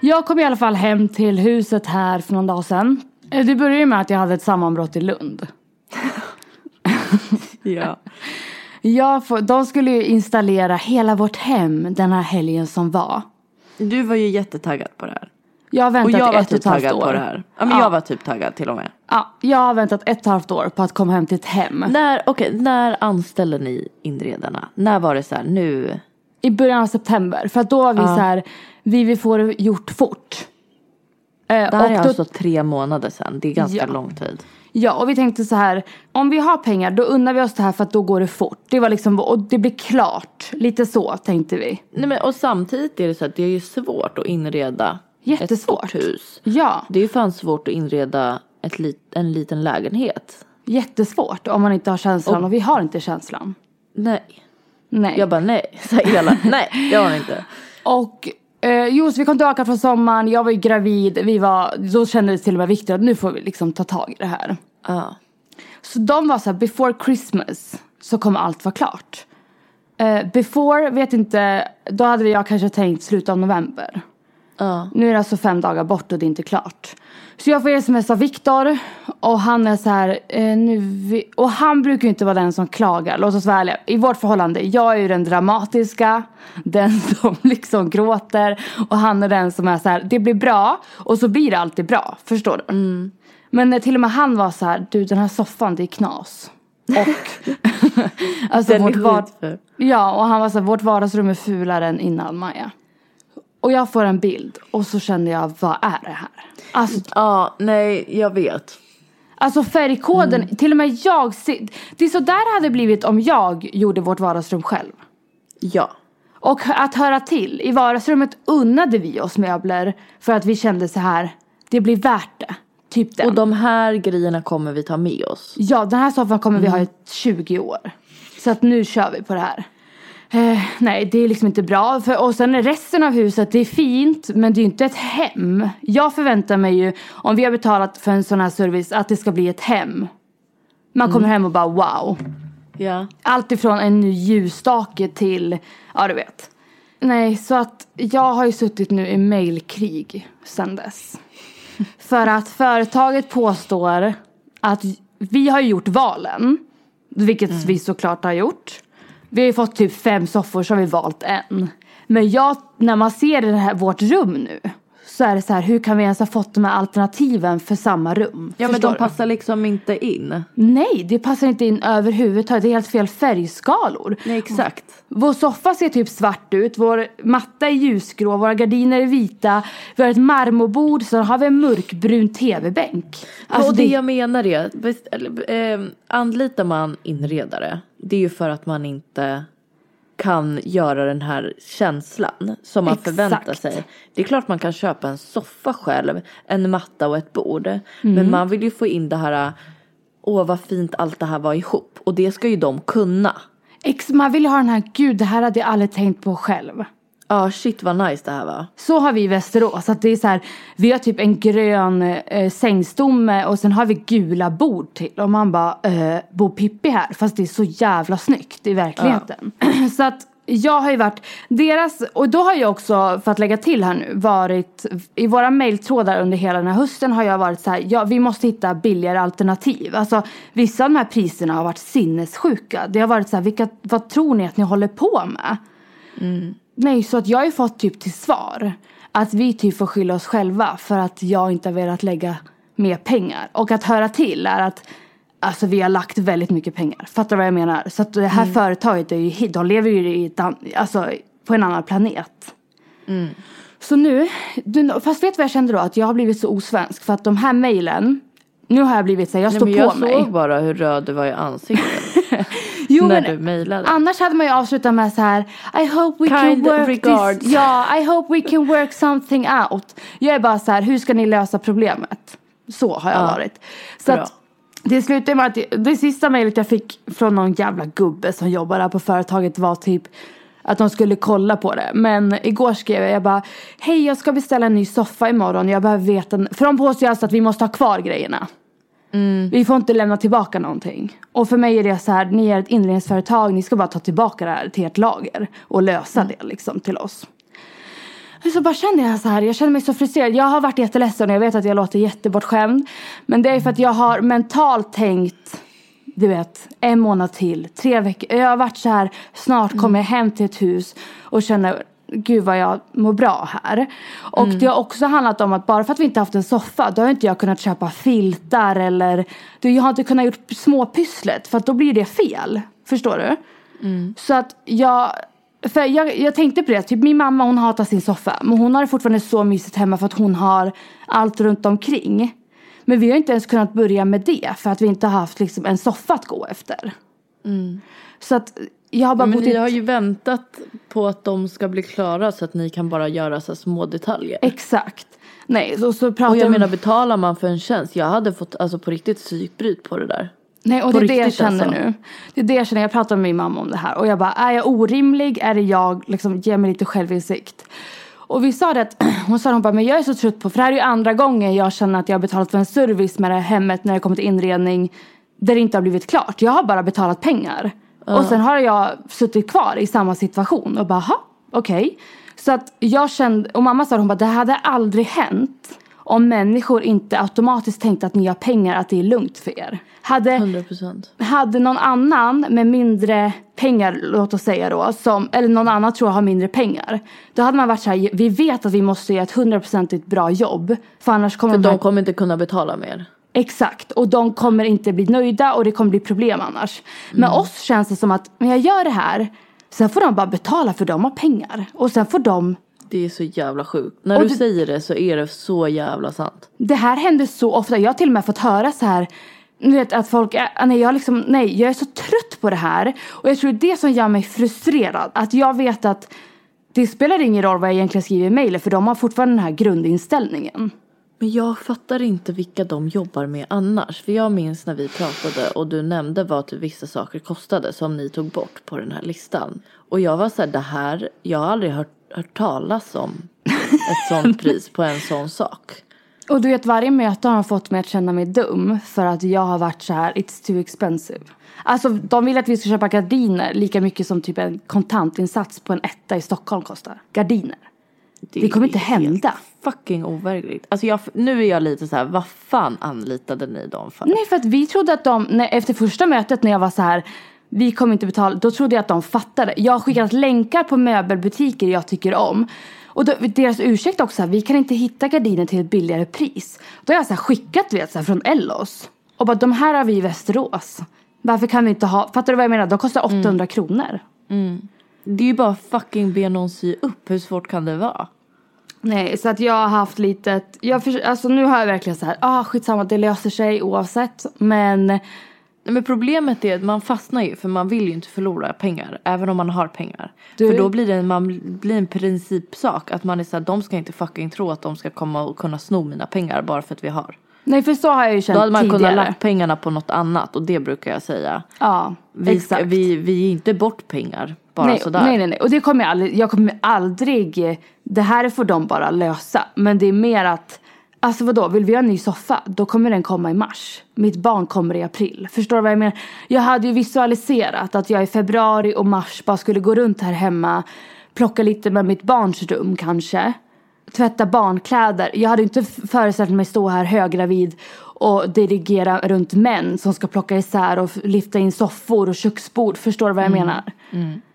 Jag kom i alla fall hem till huset här för någon dag sedan. Eh, Det började ju med att jag hade ett sammanbrott i Lund.
*laughs* ja.
Jag får, de skulle ju installera hela vårt hem den här helgen som var.
Du var ju jättetaggad på det här.
Jag har
Och
väntat
jag
i
var
ett
typ
och ett halvt
taggad
år.
på det här. Ja, men
Ja.
jag var typ taggad till och med.
Ja, jag har väntat ett och ett halvt år på att komma hem till ett hem.
När, okej, när anställde ni inredarna? När var det så här, nu?
I början av september. För att då var vi så här, vi vill få det gjort fort. Eh,
Det här
och
är
då,
alltså tre månader sedan. Det är ganska
Ja.
lång tid.
Ja, och vi tänkte så här, om vi har pengar då unnar vi oss det här för att då går det fort. Det var liksom, och det blir klart. Lite så tänkte vi.
Nej, men, och samtidigt är det så att det är ju svårt att inreda ett
Jättesvårt.
stort hus.
Ja,
Det är ju fan svårt att inreda ett lit, en liten lägenhet.
jättesvårt om man inte har känslan och vi har inte känslan.
Nej.
Nej.
Jag bara nej. *laughs* Så här, hela, nej, det har ni inte.
Och eh, jo, så vi kom tillbaka från sommaren, jag var ju gravid, vi var, då kände till och med Viktor att nu får vi liksom ta tag i det här.
Ja.
Så de var så här, before Christmas så kommer allt vara klart. Eh, before, vet inte, då hade jag kanske tänkt slutet av november. Nu är det alltså fem dagar bort och det är inte klart. Så jag får sms av Viktor och han är så här, eh, nu vi, och han brukar ju inte vara den som klagar, låt oss vara ärliga. I vårt förhållande, jag är ju den dramatiska, *laughs* den som liksom gråter och han är den som är så här, det blir bra och så blir det alltid bra, förstår du?
Mm.
Men eh, till och med han var så här, du den här soffan det är knas.
*laughs*
Och *laughs* alltså
Den är
vårt var-
skitful.
Ja och han var så här, vårt vardagsrum är fulare än innan Maja. Och jag får en bild och så känner jag, vad är det här? Alltså,
ja, nej, jag vet.
alltså färgkoden, till och med jag ser- Det är så där det hade blivit om jag gjorde vårt vardagsrum själv.
Ja.
Och att höra till, i vardagsrummet unnade vi oss möbler för att vi kände så här, det blir värt det. Typ den.
Och de här grejerna kommer vi ta med oss.
Ja, den här soffan kommer vi ha i 20 år. Så att nu kör vi på det här. Eh, nej, det är liksom inte bra. För, och sen resten av huset, det är fint, men det är ju inte ett hem. Jag förväntar mig ju, om vi har betalat för en sån här service, att det ska bli ett hem. Man kommer hem och bara wow.
Ja.
Allt ifrån en ny ljusstake till, ja du vet. Nej, så att jag har ju suttit nu i mejlkrig sedan
*laughs*
dess. För att företaget påstår att vi har ju gjort valen. Vilket
Mm.
vi såklart har gjort. Vi har ju fått typ fem soffor så har vi valt en. Men jag, när man ser det här, vårt rum nu. Så är det så här, hur kan vi ens ha fått de här alternativen för samma rum?
Ja men
Förstår
de
du?
passar liksom inte in.
Nej, det passar inte in överhuvudtaget. Det är helt fel färgskalor.
Nej exakt.
Vår soffa ser typ svart ut, vår matta är ljusgrå, våra gardiner är vita. Vi har ett marmorbord, sen har vi en mörkbrun tv-bänk.
Alltså
Och
det jag menar är, best, eller, eh, anlitar man inredare, det är ju för att man inte kan göra den här känslan som man
Exakt.
förväntar sig. Det är klart man kan köpa en soffa själv, en matta och ett bord. Men man vill ju få in det här, åh vad fint allt det här var ihop. Och det ska ju de kunna.
Ex, man vill ha den här, gud det här hade jag aldrig tänkt på själv.
Ja shit vad nice det här var.
Så har vi i Västerås, att det är så här, vi har typ en grön eh, sängstomme och sen har vi gula bord till. Och man bara, eh, bor Pippi här? Fast det är så jävla snyggt i verkligheten. *clears throat* så att jag har ju varit deras, och då har jag också, för att lägga till här nu, varit i våra mejltrådar under hela den här hösten har jag varit så här, ja vi måste hitta billigare alternativ. Alltså vissa av de här priserna har varit sinnessjuka. Det har varit så här, vilka, vad tror ni att ni håller på med? Nej, så att jag har ju fått typ till svar att vi typ får skylla oss själva för att jag inte har velat lägga mer pengar. Och att höra till är att alltså, vi har lagt väldigt mycket pengar. Fattar du vad jag menar? Så att det här
Mm.
företaget är ju, hit- de lever ju i ett, an- alltså, på en annan planet.
Mm.
Så nu, du, fast vet du vad jag kände då? Att jag har blivit så osvensk för att de här mejlen, nu har jag blivit så här, jag står
Nej, men
på
jag
mig.
såg bara hur röd du var i *laughs* ansiktet
*laughs* Jo,
när
men-
du mejlade.
Annars hade man ju avslutat med så här I hope we
Kind
can work
regards.
this *laughs* Ja, I hope we can work something out Jag är bara så här, hur ska ni lösa problemet? Så har jag
Ja,
varit Så
bra.
att det slutade med att det, det sista mejlet jag fick från någon jävla gubbe som jobbar där på företaget var typ att de skulle kolla på det. Men igår skrev jag, jag bara Hej jag ska beställa en ny soffa imorgon. Jag behöver veta. n-" För de påstår ju alltså att vi måste ha kvar grejerna.
Mm.
Vi får inte lämna tillbaka någonting. Och för mig är det så här, ni är ett inredningsföretag, ni ska bara ta tillbaka det här till ert lager och lösa
Mm.
det liksom till oss. Och Så bara känner jag så här, jag känner mig så frustrerad. Jag har varit jätteledsen och jag vet att jag låter jättebortskämd. Men det är för att jag har mentalt tänkt, du vet, en månad till, tre veckor. Jag har varit så här, snart kommer jag hem till ett hus och känner Gud vad jag mår bra här. Och det har också handlat om att bara för att vi inte haft en soffa då har inte jag kunnat köpa filtar eller du, jag har inte kunnat gjort småpusslet för att då blir det fel. Förstår du? Så att jag, för jag, jag tänkte på det, typ min mamma hon hatar sin soffa. Men hon har det fortfarande så mysigt hemma för att hon har allt runt omkring. Men vi har inte ens kunnat börja med det för att vi inte har haft liksom en soffa att gå efter. Så att jag har bara
Mm. Men
bott i
ni
ett-
har ju väntat på att de ska bli klara så att ni kan bara göra så här små detaljer.
Exakt. Nej, så, så pratar
Och jag
om-
menar betalar man för en tjänst, jag hade fått alltså på riktigt psykbryt på det där.
Nej, och
På
det är det jag
riktigt,
känner
alltså.
nu. Det är det jag känner. Jag pratar med min mamma om det här. Och jag bara, är jag orimlig? Är det jag? Liksom, ge mig lite självinsikt. Och vi sa det att, *clears throat* hon sa hon bara, men jag är så trött på, för det här är ju andra gången jag känner att jag har betalat för en service med det här hemmet när det kommer till inredning där det inte har blivit klart. Jag har bara betalat pengar. Och sen har jag suttit kvar i samma situation och bara, "Jaha, okej. Så att jag kände, och mamma sa hon bara, det hade aldrig hänt om människor inte automatiskt tänkte att ni har pengar, att det är lugnt för er. Hade,
100%.
hade någon annan med mindre pengar, låt oss säga då, som, eller någon annan tror jag har mindre pengar. Då hade man varit så här, vi vet att vi måste göra ett hundraprocentigt bra jobb. För annars kommer
För
de här,
de kommer inte kunna betala mer.
Exakt, och de kommer inte bli nöjda och det kommer bli problem annars. Med oss känns det som att, men jag gör det här, sen får de bara betala för de har pengar. Och sen får de
Det är så jävla sjukt. När
Och
du
det-
säger det så är det så jävla sant.
Det här händer så ofta. Jag har till och med fått höra så här. Du vet att folk, är, ah, nej jag, liksom, nej jag är så trött på det här. Och jag tror det är det som gör mig frustrerad. Att jag vet att det spelar ingen roll vad jag egentligen skriver i mejlet för de har fortfarande den här grundinställningen.
Men jag fattar inte vilka de jobbar med annars. För jag minns när vi pratade och du nämnde vad typ vissa saker kostade som ni tog bort på den här listan. Och jag var så här, det här, jag har aldrig hört, hört talas om ett
*laughs*
sånt pris på en sån sak.
Och du vet varje möte har fått mig att känna mig dum för att jag har varit så här it's too expensive. Alltså de vill att vi ska köpa gardiner lika mycket som typ en kontantinsats på en etta i Stockholm kostar. Gardiner. Det kommer inte
är helt
hända.
Fucking overkligt. Alltså jag, nu är jag lite så här, vad fan anlitade ni dem för?
Nej för att vi trodde att de, nej, efter första mötet när jag var så här vi kommer inte betala, då trodde jag att de fattade. Jag har skickat länkar på möbelbutiker jag tycker om. Och då, deras ursäkt också, så här, vi kan inte hitta gardiner till ett billigare pris. Då har jag så här skickat du vet, så här, från Ellos. Och bara de här har vi i Västerås. Varför kan vi inte ha, fattar du vad jag menar? De kostar 800 kronor.
Det är ju bara fucking be någon sy upp, hur svårt kan det vara?
Nej, så att jag har haft lite, ett- jag förs- alltså nu har jag verkligen så här, ah skitsamma det löser sig oavsett. Men
Nej, Men problemet är att man fastnar ju för man vill ju inte förlora pengar även om man har pengar.
Du-
För då blir det en, man blir en principsak att man är såhär de ska inte fucking tro att de ska komma och kunna sno mina pengar bara för att vi har.
nej för så har jag ju känt
Då hade man
tidigare.
kunnat lagt pengarna på något annat och det brukar jag säga.
Ja,
Vi, ska,
exakt.
vi, vi ger inte bort pengar bara
nej,
sådär.
Nej, nej, nej. Och det kommer jag aldrig, jag kommer aldrig, det här får de bara lösa. Men det är mer att, alltså vadå, vill vi ha en ny soffa, då kommer den komma i mars. Mitt barn kommer i april. Förstår du vad jag menar? Jag hade ju visualiserat att jag i februari och mars bara skulle gå runt här hemma, plocka lite med mitt barns rum kanske. Tvätta barnkläder. Jag hade inte f- föreställt mig stå här högravid och dirigera runt män som ska plocka isär och f- lyfta in soffor och köksbord. Förstår du vad
Mm.
jag menar?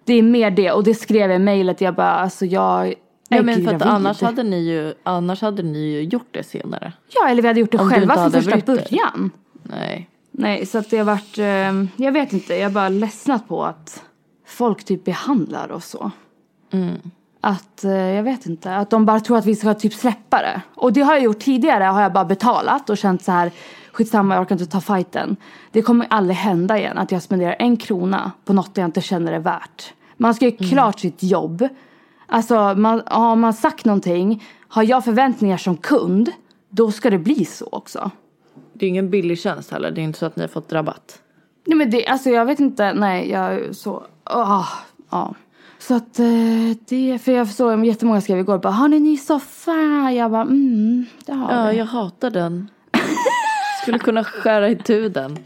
Det är mer det och det skrev jag i mejlet. Jag bara alltså jag är
Ja, men för att
gravid.
annars hade, ni ju, annars hade ni ju gjort det senare.
Ja eller vi hade gjort det
Om du
själva från
inte hade
första
brytt dig.
början.
Nej.
Nej så att det har varit, eh, jag vet inte, jag har bara ledsnat på att folk typ behandlar och så. Att, eh, jag vet inte, att de bara tror att vi ska typ släppa det. Och det har jag gjort tidigare, har jag bara betalat och känt så här skitsamma jag orkar inte ta fighten. Det kommer aldrig hända igen att jag spenderar en krona på något jag inte känner är värt. Man ska ju klart sitt jobb. Alltså man, har man sagt någonting, har jag förväntningar som kund, då ska det bli så också.
Det är ingen billig tjänst heller. Det är inte så att ni har fått rabatt.
Nej men det, alltså jag vet inte, nej jag är så, ah, ja. Så att eh, det, för jag såg jättemånga skrev igår bara har ni en ny soffa? Jag bara mm, det har
Ja,
vi.
jag hatar den. Skulle kunna skära itu den.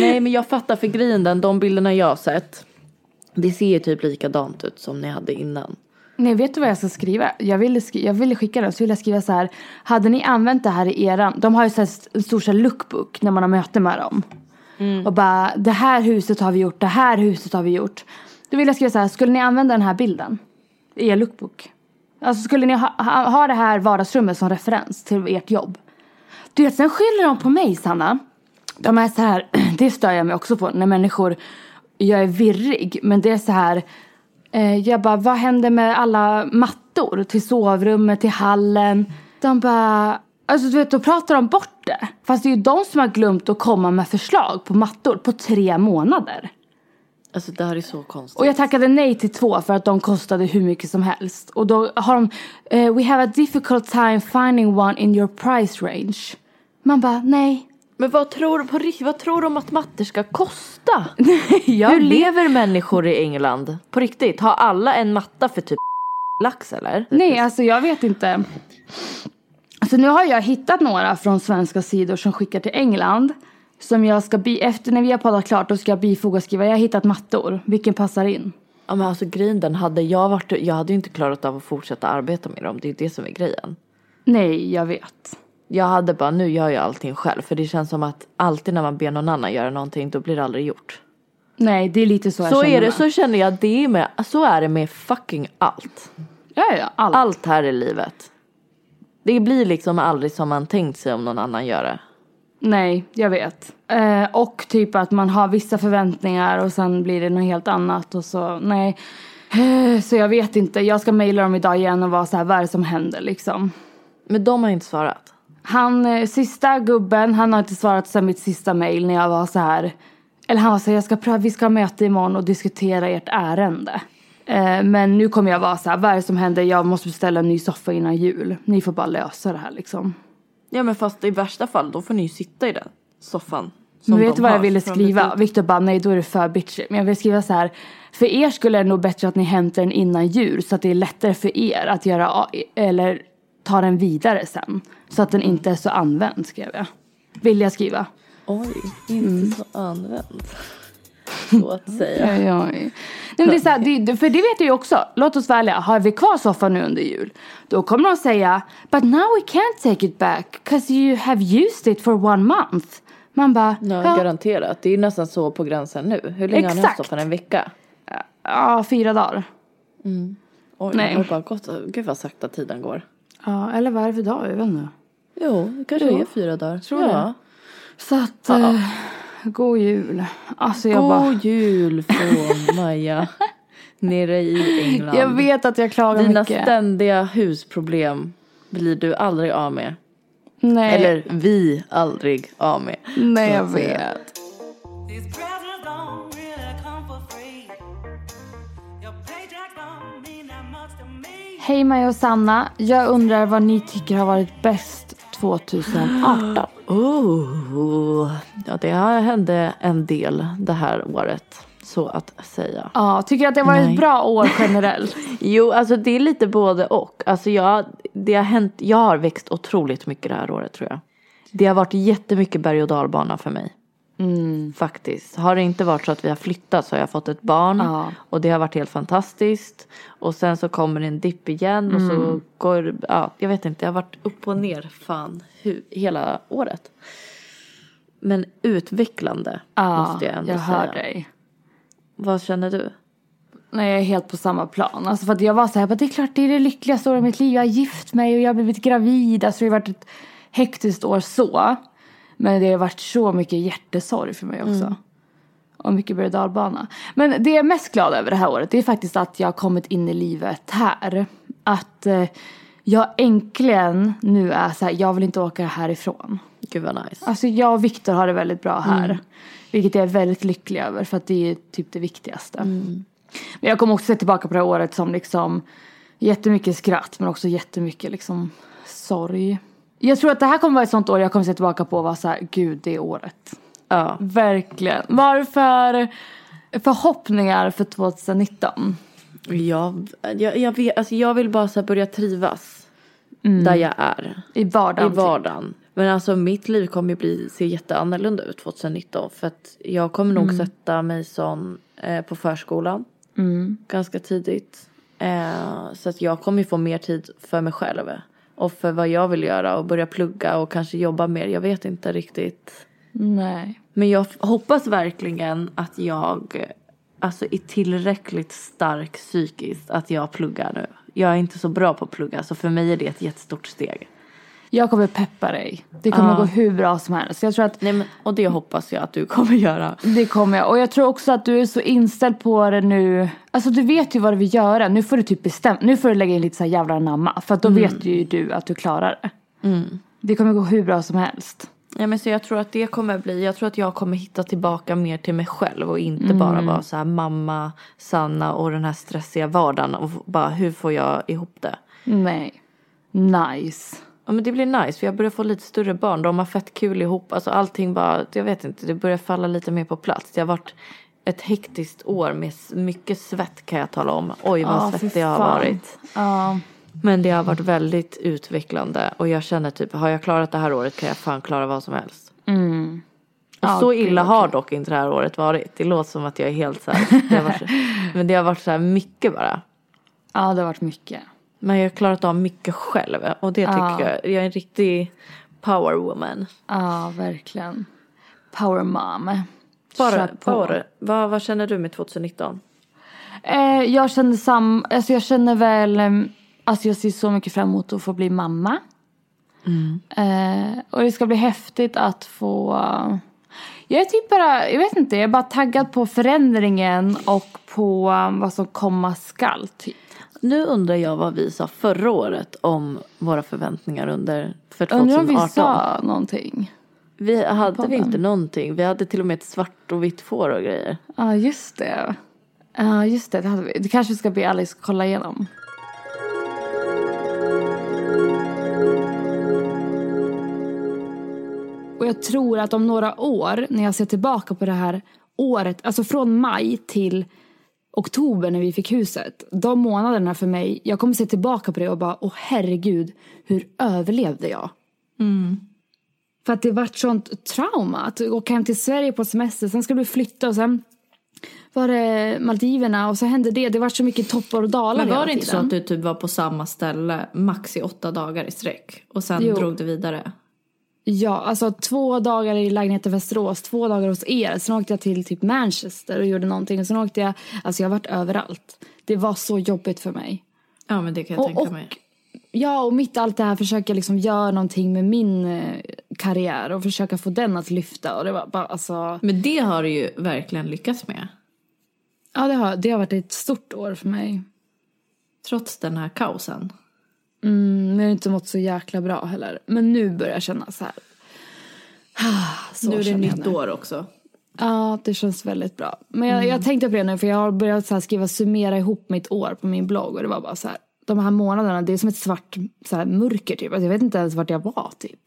Nej, men jag fattar för grejen den. De bilderna jag har sett. Det ser ju typ likadant ut som ni hade innan.
Nej vet du vad jag ska skriva? Jag ville, skri- jag ville skicka den så ville jag skriva så här, hade ni använt det här i eran, de har ju så här st- en stor så här lookbook när man har möte med dem. Och bara det här huset har vi gjort, det här huset har vi gjort. Då ville jag skriva så här, skulle ni använda den här bilden i er lookbook? Alltså skulle ni ha, ha, ha det här vardagsrummet som referens till ert jobb? Du vet, sen skyller de på mig, Sanna. De är så här, *clears throat* det stör jag mig också på när människor, jag är virrig, men det är så här, eh, jag bara, vad händer med alla mattor till sovrummet, till hallen? De bara, alltså du vet, då pratar de bort det. Fast det är ju de som har glömt att komma med förslag på mattor på tre månader.
Alltså det här är så konstigt.
Och jag tackade nej till två för att de kostade hur mycket som helst. Och då har de, eh, we have a difficult time finding one in your price range. Man bara, nej. *laughs*
Men vad tror, du- på, ri- vad tror de att mattor ska kosta?
Jag
Hur
vet-
lever människor i England? På riktigt, har alla en matta för typ lax eller?
Nej, alltså jag vet inte. Så nu har jag hittat några från svenska sidor som skickar till England. Som jag ska bi, efter när vi har poddat klart, då ska jag bifoga och skriva, jag har hittat mattor, vilken passar in?
Ja men alltså grejen den, hade jag varit, jag hade ju inte klarat av att fortsätta arbeta med dem. Det är det som är grejen.
Nej, jag vet.
Jag hade bara, nu gör jag allting själv. För det känns som att alltid när man ber någon annan göra någonting, då blir det aldrig gjort.
Nej, det är lite så, jag
Så
känner
är det,
med.
så känner jag, det är med, så är det med fucking allt.
Ja, ja, allt.
Allt här i livet. Det blir liksom aldrig som man tänkt sig om någon annan gör det.
Nej, jag vet. Eh, och typ att man har vissa förväntningar och sen blir det något helt annat och så, nej. Eh, Så jag vet inte, jag ska mejla dem idag igen och vara så här, vad är det som händer liksom?
Men de har inte svarat.
Han, eh, sista gubben, han har inte svarat sen mitt sista mejl när jag var så här. Eller han var så här, jag ska pröva, vi ska ha möte imorgon och diskutera ert ärende. Eh, men nu kommer jag vara så här, vad är det som händer? Jag måste beställa en ny soffa innan jul. Ni får bara lösa det här liksom.
Ja men fast i värsta fall då får ni ju sitta i den soffan.
Men
som
vet
de
du vad jag
har
ville
från
skriva?
butiken.
Viktor bara, nej då är det för bitchy. Men jag vill skriva så här, för er skulle det nog bättre att ni hämtar den innan jul så att det är lättare för er att göra, a- eller ta den vidare sen. Så att den inte är så använd skrev jag. Vill jag skriva.
Oj, inte
Mm.
så
*laughs*
använd. Så att säga.
Oj, oj. Nej, men det är så här, det, det- för det vet jag ju också. Låt oss vara ärliga. Har vi kvar soffan nu under jul? Då kommer de säga But now we can't take it back because you have used it for one month. Man bara
Ja,
ja,
garanterat. Det är ju nästan så på gränsen nu. Hur länge har ni haft
Exakt.
soffan? En vecka?
ja, fyra dagar.
Oj,
Nej.
Nej. Har bara gått. Gud vad sakta tiden går.
Ja, eller vad är det för dag? Jag vet inte.
Jo, det kanske
Jo,
är fyra dagar. Tror
det.
ja.
Så att, eh, god jul. Alltså jag bara.
God jul
*laughs*
från Maja nere i England.
Jag vet att jag klagar
Dina
mycket.
ständiga husproblem blir du aldrig av med.
Nej,
Eller vi aldrig av med.
nej
så
jag
att säga.
vet.
These presents don't really come for free. Your paycheck don't mean that much to me.
Hej Maja och Sanna. Jag undrar vad ni tycker har varit bäst 2018.
Oh, ja, det har- hände en del det här året, så att säga.
Ja, tycker att det var ett
Nej.
bra år
*laughs*
generellt?
Jo, alltså det är lite både och. Alltså jag, det har hänt, jag har växt otroligt mycket det här året tror jag. Det har varit jättemycket berg och dalbana för mig. Mm. Faktiskt. Har det inte varit så att vi har flyttat så har jag fått ett barn.
Ja.
Och det har varit helt fantastiskt. Och sen så kommer en dipp igen och så går det- ja, jag vet inte, jag har varit upp och ner fan hu, hela året. Men utvecklande måste jag ändå
jag
säga.
hör dig.
Vad känner du?
Nej, jag är helt på samma plan. Alltså för att jag var så här, bara, det är klart det är det lyckligaste året i mitt liv. Jag har gift mig och jag har blivit gravid. Alltså det har varit ett hektiskt år så. Men det har varit så mycket hjärtesorg för
Mm.
mig också. Och mycket berg och dalbana. Men det jag är mest glad över det här året det är faktiskt att jag har kommit in i livet här. Att eh, jag äntligen nu är så här, jag vill inte åka härifrån.
Gud vad nice.
Alltså jag och Viktor har det väldigt bra här.
Mm.
Vilket jag är väldigt lycklig över för att det är typ det viktigaste.
Mm.
Men jag kommer också se tillbaka på det här året som liksom jättemycket skratt men också jättemycket liksom sorg. Jag tror att det här kommer vara ett sånt år jag kommer se tillbaka på och vara så här, gud det är året.
Ja.
Verkligen. Vad har du för förhoppningar för 2019?
Jag, jag, jag, vet, alltså jag vill bara så här börja trivas där jag är
I vardagen?
i vardagen. Men alltså mitt liv kommer ju bli, se jätteannorlunda ut 2019 för att jag kommer nog sätta mig sån eh, på förskolan ganska tidigt. Eh, så att jag kommer ju få mer tid för mig själv och för vad jag vill göra och börja plugga och kanske jobba mer. Jag vet inte riktigt.
Nej.
Men jag f- hoppas verkligen att jag eh, alltså, är tillräckligt stark psykiskt att jag pluggar nu. Jag är inte så bra på att plugga så för mig är det ett jättestort steg.
Jag kommer peppa dig. Det kommer gå hur bra som helst. Så Jag tror att
Nej, men, och det hoppas jag att du kommer göra.
Det kommer jag. Och jag tror också att du är så inställd på det nu. Alltså du vet ju vad du vill göra. Nu får du typ bestämma. Nu får du lägga in lite så här jävla namma. För att då vet ju du att du klarar det. Det kommer gå hur bra som helst.
Ja, men, så jag tror att det kommer bli, jag tror att jag kommer hitta tillbaka mer till mig själv och inte bara vara så här mamma, Sanna och den här stressiga vardagen och f- bara hur får jag ihop det?
Nej. Nice.
Ja men det blir nice för jag börjar få lite större barn. De har fett kul ihop. Alltså allting bara, jag vet inte, det börjar falla lite mer på plats. Det har varit ett hektiskt år med s- mycket svett kan jag tala om. Oj vad
Ja, fy
svettig jag har
fan.
varit.
Ja.
Men det har varit väldigt utvecklande och jag känner typ, har jag klarat det här året kan jag fan klara vad som helst. Och
Mm. Ja,
så
gud,
illa har dock inte det här året varit. Det låter som att jag är helt så här. Det
*laughs*
har varit, men det har varit så här mycket bara.
ja, det har varit mycket.
Men jag har klarat av mycket själv och det tycker jag, jag är en riktig power woman.
Ja, verkligen. Power mom. Kör
Bara,
på.
bara, vad, vad känner du med 2019?
Eh, jag känner sam... Alltså jag känner väl... ehm, Alltså jag ser så mycket fram emot att få bli mamma. Eh, och det ska bli häftigt att få... eh, Jag är typ bara... Jag vet inte. Jag är bara taggad på förändringen och på ehm, vad som komma skall. Typ.
Nu undrar jag vad vi sa förra året om våra förväntningar under för
Undrar
2018.
om vi sa någonting.
vi hade vi
podden.
inte någonting. Vi hade till och med ett svart och vitt får och grejer.
Ja, ah, just det. Ja, just det. Det, hade vi. det kanske vi ska be Alice kolla igenom. Och jag tror att om några år, när jag ser tillbaka på det här året, alltså från maj till oktober när vi fick huset, de månaderna för mig, jag kommer se tillbaka på det och bara, åh herregud, hur överlevde jag?
Mm.
För att det vart sånt trauma att åka hem till Sverige på semester, sen skulle vi flytta och sen var det Maldiverna och så hände det. Det vart så mycket toppar och dalar
Men var
hela
det inte så
tiden.
att du typ var på samma ställe max i åtta dagar i sträck? Och sen
Jo.
drog du vidare?
Ja, alltså två dagar i lägenheten i Västerås, två dagar hos er. Sen åkte jag till typ Manchester och gjorde någonting. Och sen åkte jag, alltså jag har varit överallt. Det var så jobbigt för mig.
Ja men det kan jag
Och,
tänka
och
mig.
ja, och mitt i allt det här försöker jag liksom göra någonting med min eh, karriär och försöka få den att lyfta. Och det var bara, alltså,
Men det har du ju verkligen lyckats med.
ja, det har, det har varit ett stort år för mig.
Trots den här kaosen.
Mm, men jag har inte mått så jäkla bra heller. Men nu börjar jag känna så här. Ah, Så
nu är det
känner jag
nytt år också.
Ja, det känns väldigt bra. Men jag, jag tänkte på det nu för jag har börjat så här skriva summera ihop mitt år på min blogg och det var bara så här. De här månaderna, det är som ett svart så här, mörker typ. Alltså, jag vet inte ens vart jag var typ.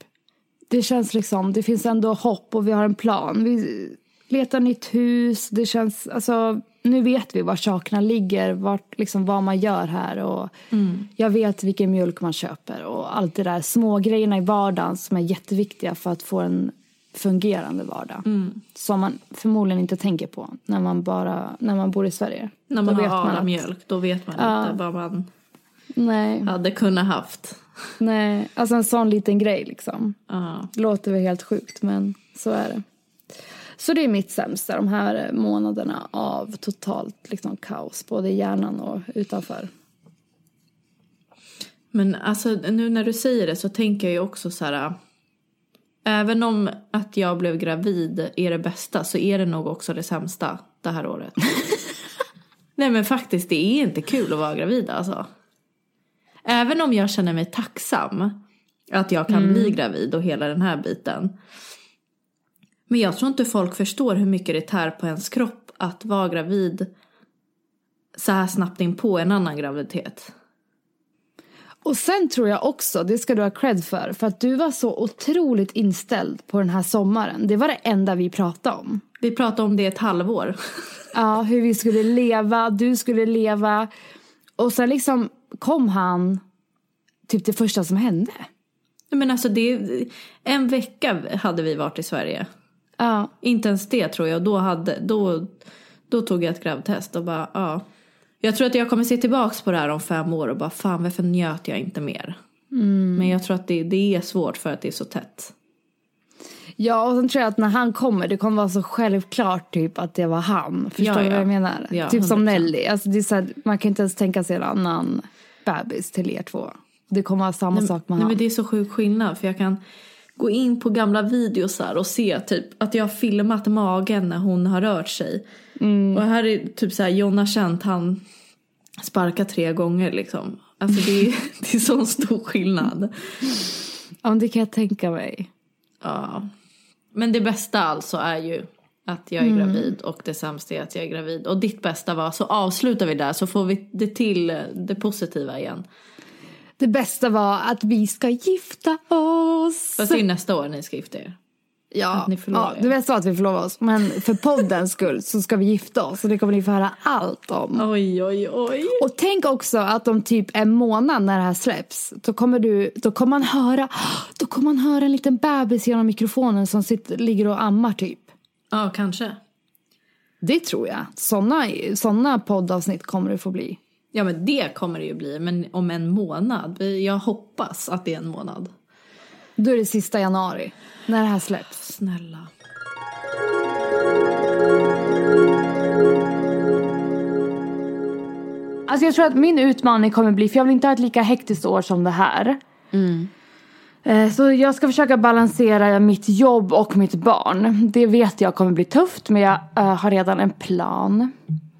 Det känns liksom, det finns ändå hopp och vi har en plan. Vi letar nytt hus, det känns, alltså nu vet vi var sakerna ligger, vart, liksom, vad man gör här och
Mm.
jag vet vilken mjölk man köper och allt det där små grejerna i vardagen som är jätteviktiga för att få en fungerande vardag.
Mm.
Som man förmodligen inte tänker på när man, bara, när man bor i Sverige.
När man
Då
har
vet man
Arla
att-
mjölk då vet man inte vad man
Nej,
hade kunnat haft.
nej, alltså en sån liten grej liksom.
Ja.
låter väl helt sjukt, men så är det. Så det är mitt sämsta, de här månaderna av totalt liksom, kaos, både i hjärnan och utanför.
Men alltså nu när du säger det så tänker jag ju också så här. äh, Även om att jag blev gravid är det bästa så är det nog också det sämsta det här året. Nej men faktiskt det är inte kul att vara gravid alltså. Även om jag känner mig tacksam att jag kan bli gravid och hela den här biten. Men jag tror inte folk förstår hur mycket det tär på ens kropp att vara gravid så här snabbt in på en annan graviditet.
Och sen tror jag också, det ska du ha cred för, för att du var så otroligt inställd på den här sommaren. Det var det enda vi pratade om.
Vi pratade om det ett halvår. *laughs*
Ja, hur vi skulle leva, du skulle leva. Och sen liksom kom han, typ det första som hände.
Nej, Men alltså det, en vecka hade vi varit i Sverige.
Ja,
Inte ens det tror jag. Då, hade, då, då tog jag ett gravtest och bara ja. Jag tror att jag kommer se tillbaks på det här om fem år och bara fan varför njöt jag inte mer? Men jag tror att det, det är svårt för att det är så tätt.
Ja, och sen tror jag att när han kommer, det kommer vara så självklart typ att det var han. Förstår
Ja,
du vad
ja.
jag menar?
Ja,
typ som
100%.
Nelly. Alltså, det är så här, man kan inte ens tänka sig en annan bebis till er två. Det kommer vara samma sak med
Nej,
han.
men det är så sjuk skillnad för jag kan gå in på gamla videosar och se typ att jag har filmat magen när hon har rört sig. Och här är typ så här Jonna känt han sparkar tre gånger liksom. Alltså det *laughs* är, det är sån stor skillnad.
Ja, men det kan jag tänka mig.
Ja. Men det bästa alltså är ju att jag är gravid och det sämsta är att jag är gravid. Och ditt bästa var, så avslutar vi där så får vi det till eh, det positiva igen.
Det bästa var att vi ska gifta oss.
Fast det är ju nästa år ni ska gifta er.
ja,
att ni förlovar
ja,
er.
det bästa var att vi förlovade oss. Men för poddens skull så ska vi gifta oss. Och det kommer ni få höra allt om.
Oj, oj, oj.
Och tänk också att om typ en månad när det här släpps då kommer, du, då kommer, man, höra, då kommer man höra en liten bebis genom mikrofonen som sitter, ligger och ammar typ.
Ja, kanske.
Det tror jag. Såna, såna poddavsnitt kommer det få bli.
Ja men det kommer det ju bli, men om en månad. Vi- Jag hoppas att det är en månad.
Då är det sista januari när det här släpps.
Snälla.
Alltså jag tror att min utmaning kommer bli, för jag vill inte ha ett lika hektiskt år som det här. Eh, Så jag ska försöka balansera mitt jobb och mitt barn. Det vet jag kommer bli tufft men jag eh, har redan en plan.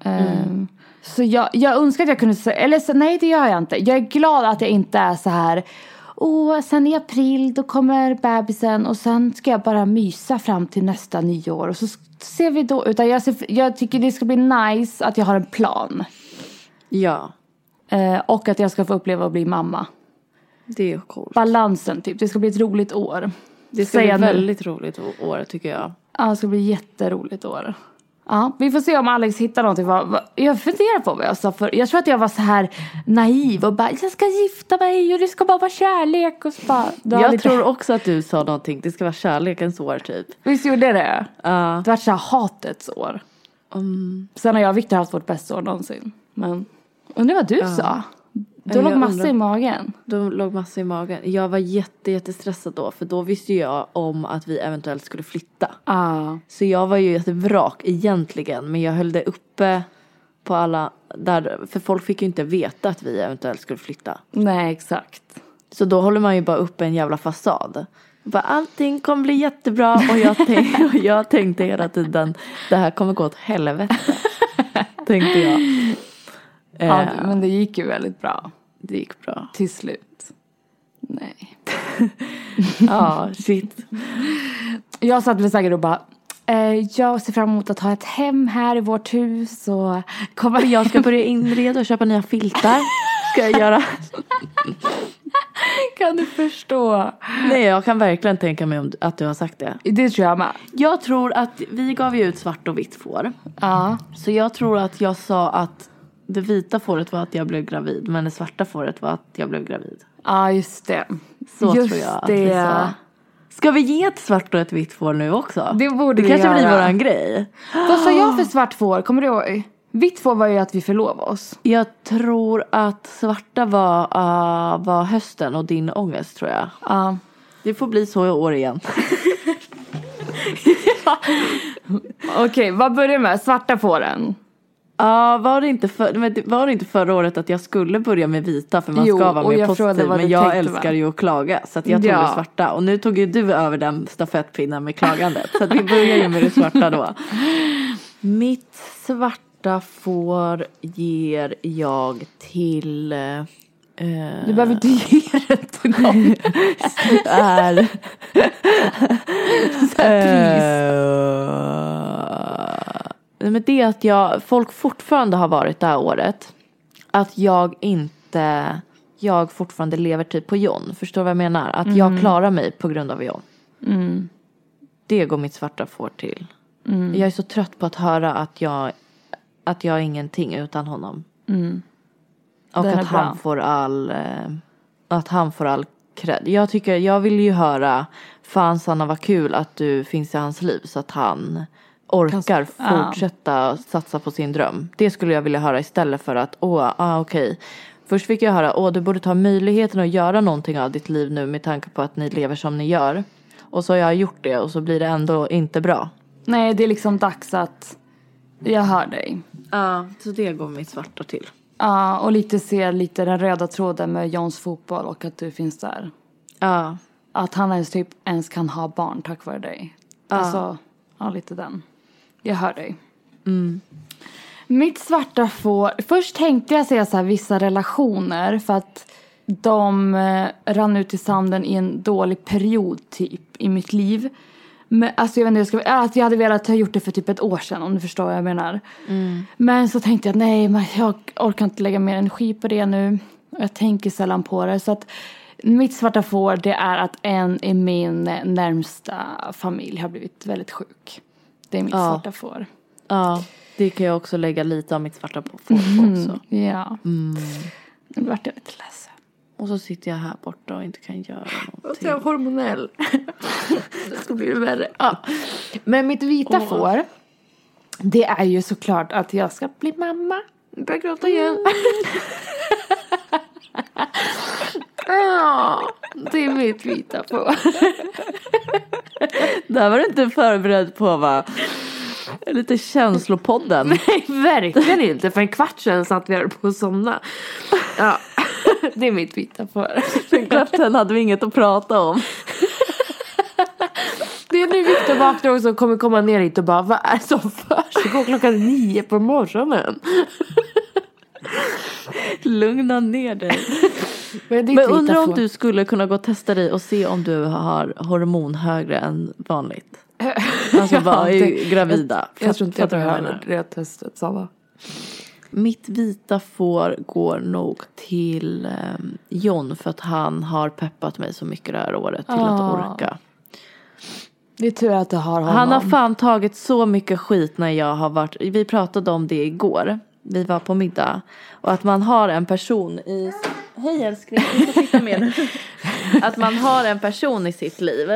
Eh, Så jag, jag önskar att jag kunde säga, eller så- nej det gör jag inte. Jag är glad att jag inte är så här åh, sen i april då kommer bebisen och sen ska jag bara mysa fram till nästa nyår och så ser vi då. Utan jag, ser, jag tycker det ska bli nice att jag har en plan.
Ja,
Eh, och att jag ska få uppleva att bli mamma.
det är coolt.
Balansen typ, det ska bli ett roligt år.
Det ska
Säger
bli
jag
ett
nu.
väldigt roligt å- år tycker jag.
Ja, det ska bli jätteroligt år. Ja, vi får se om Alex hittar någonting. Vad- vad- Jag funderar på vad jag sa för. Jag tror att jag var så här naiv och bara jag ska gifta mig och det ska bara vara kärlek och så bara. Då har
jag
det-
tror också att du sa någonting, det ska vara kärlekens år typ.
Visst gjorde det?
Ja. Mm.
Det var så här hatets år. Sen har jag och Victor haft vårt bästa år någonsin. Men undrar vad du sa? Du
Jag
låg massa
undrar.
i magen.
De låg massa i magen. Jag var jätte, jättestressad då för då visste jag om att vi eventuellt skulle flytta.
Ja.
Så jag var ju ett vrak egentligen men jag höll det uppe på alla där, för folk fick ju inte veta att vi eventuellt skulle flytta.
Nej, exakt. *laughs*
Så då håller man ju bara uppe en jävla fasad. Bara, allting kommer bli jättebra och jag, tänk, *laughs* och jag tänkte hela tiden det här kommer gå åt helvete. tänkte jag. Eh,
Ja, men det gick ju väldigt bra
det gick bra.
till slut. Nej. *laughs*
Ja, shit.
Jag satt väl säkert och bara eh, jag ser fram emot att ha ett hem här i vårt hus och komma
Jag
*laughs*
ska börja inreda och köpa nya filtar. Ska jag göra.
Kan du förstå?
Nej, jag kan verkligen tänka mig om, att du har sagt det.
Det tror jag med.
Jag tror att vi gav ju ut svart och vitt får.
Ja.
Så jag tror att jag sa att det vita fåret var att jag blev gravid men det svarta fåret var att jag blev gravid.
Ja, just det.
Så
just
tror jag att
det.
vi sa. Ska vi ge ett svart och ett vitt får nu också?
Det borde vi
kanske blir
göra.
våran grej.
Vad sa jag för svart får? Kommer du ihåg? Vitt får var ju att vi förlovade oss.
Jag tror att svarta var, ah, var hösten och din ångest tror jag.
Ja.
Det får bli så i år igen.
Okej, vad börjar med? Svarta fåren.
Ja, var, det inte för, men det- var det inte förra året att jag skulle börja med vita för man
Jo,
ska vara
och
mer
jag frågade
positiv
vad
men
du
jag
tänkte, va?
älskar ju att klaga så att jag tog
Ja.
det svarta och nu tog ju du över den stafettpinnen med klagandet så att vi börjar ju med det svarta då.
*laughs*
Mitt svarta får ger jag till eh,
Du behöver inte ge det till någon.
är
Så här pris.
Eh, Nej men det är att jag, folk fortfarande har varit det här året. Att jag inte, jag fortfarande lever typ på John. Förstår du vad jag menar? Att jag klarar mig på grund av John. Det går mitt svarta får till.
Mm.
Jag är så trött på att höra att jag, att jag är ingenting utan honom. Och
Mm. Den är
att han
bra.
får all, eh, att han får all cred. Jag tycker, jag vill ju höra, fan Sanna vad kul att du finns i hans liv så att han orkar
ja.
fortsätta satsa på sin dröm. Det skulle jag vilja höra istället för att, åh, ah, okej. Först fick jag höra, åh du borde ta möjligheten att göra någonting av ditt liv nu med tanke på att ni lever som ni gör. Och så har jag gjort det och så blir det ändå inte bra.
Nej, det är liksom dags att jag hör dig.
Ja, så det går mitt svarta till.
Ja, och lite se lite den röda tråden med Johns fotboll och att du finns där.
Ja,
Att han ens typ ens kan ha barn tack vare dig. Alltså, ja lite den. Jag hör dig. Mitt svarta får, först tänkte jag säga så här vissa relationer för att de eh, rann ut i sanden i en dålig period typ i mitt liv. Men alltså jag vet inte, jag ska, äh, att jag hade velat ha gjort det för typ ett år sedan om du förstår vad jag menar. Men så tänkte jag nej men jag orkar inte lägga mer energi på det nu. Och Jag tänker sällan på det så att mitt svarta får det är att en i min närmsta familj har blivit väldigt sjuk. Det är mitt
Ja.
svarta får.
ja. Det kan jag också lägga lite av mitt svarta på folk också.
Ja. Nu vart jag lite ledsen.
Och så sitter jag här borta och inte kan göra någonting.
Jag är *laughs* hormonell. det ska bli värre. Ja. Men mitt vita får, det är ju såklart att jag ska bli mamma. Mm. Jag börjar gråta *laughs* igen. Ja, det är mitt vita *laughs* får.
Där var du inte förberedd på va? Lite känslopodden.
Nej, verkligen inte. För en kvart sedan satt vi här på att somna. Ja, det är mitt vita får.
*laughs* Klaften hade vi inget att prata om.
Det är nu Viktor vaknar också och kommer komma ner hit och bara vad är det som försiggår klockan nio på morgonen?
Lugna ner dig.
Men, det är
Men
inte att
undrar
hitta
om
på.
du skulle kunna gå och testa dig och se om du har hormon högre än
*laughs*
vanligt. Alltså bara är
det-
gravida.
Jag, jag tror inte jag
Fattar du vad jag
behöver
menar?
det testet, Sanna.
Mitt vita får går nog till ehm, John för att han har peppat mig så mycket det här året till att
Ah.
orka.
Det är tur att du har honom.
Han har fan tagit så mycket skit när jag har varit, vi pratade om det igår. Vi var på middag. Och att man har en person i, hej älskling, du får sitta med *laughs* nu. Att man har en person i sitt liv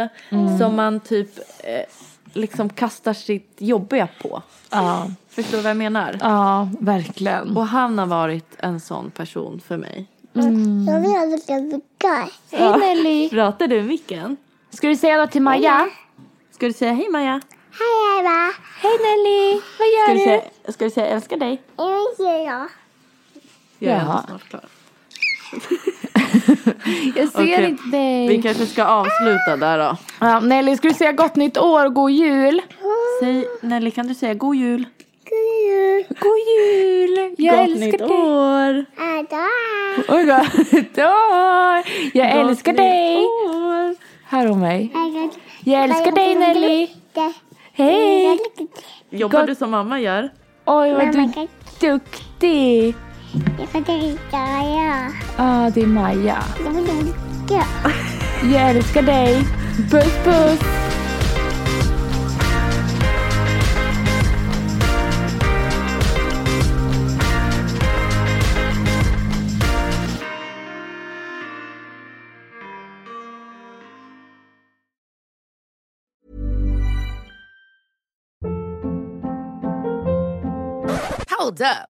som man typ eh, liksom kastar sitt jobbiga på.
Ja,
Förstår du vad jag menar?
ja verkligen.
Och han har varit en sån person för mig.
Jag vill ha lite guy.
Hej Nelly!
Pratar du i micken?
Ska du säga något till Maja?
Ska du säga hej Maja?
Hej Eva.
Hej Nelly! Vad
Ska
gör
du
du?
säga, ska du säga älskar dig?
Jag ser jag.
Jag är
Jaha.
ändå snart klar.
*laughs* Jag ser
Okej.
inte dig.
Vi kanske ska avsluta där då.
Ja, Nelly, ska du säga gott nytt år och god jul?
Säg, Nelly kan du säga god jul?
God jul.
God jul! Jag
Gott
älskar
nytt
dig!
år!
Adå.
Oj, *laughs* gott nytt år! Jag
Gott
älskar
nytt
dig!
år.
Här om mig. Jag älskar dig Nelly! Hej!
Jobbar
Gott-
du som mamma gör?
Oj, vad du
Mamma,
är duktig!
Jag får dricka jag.
Ja, det är Maja.
Jag får dricka.
Jag älskar dig! Puss, puss!
Hold up.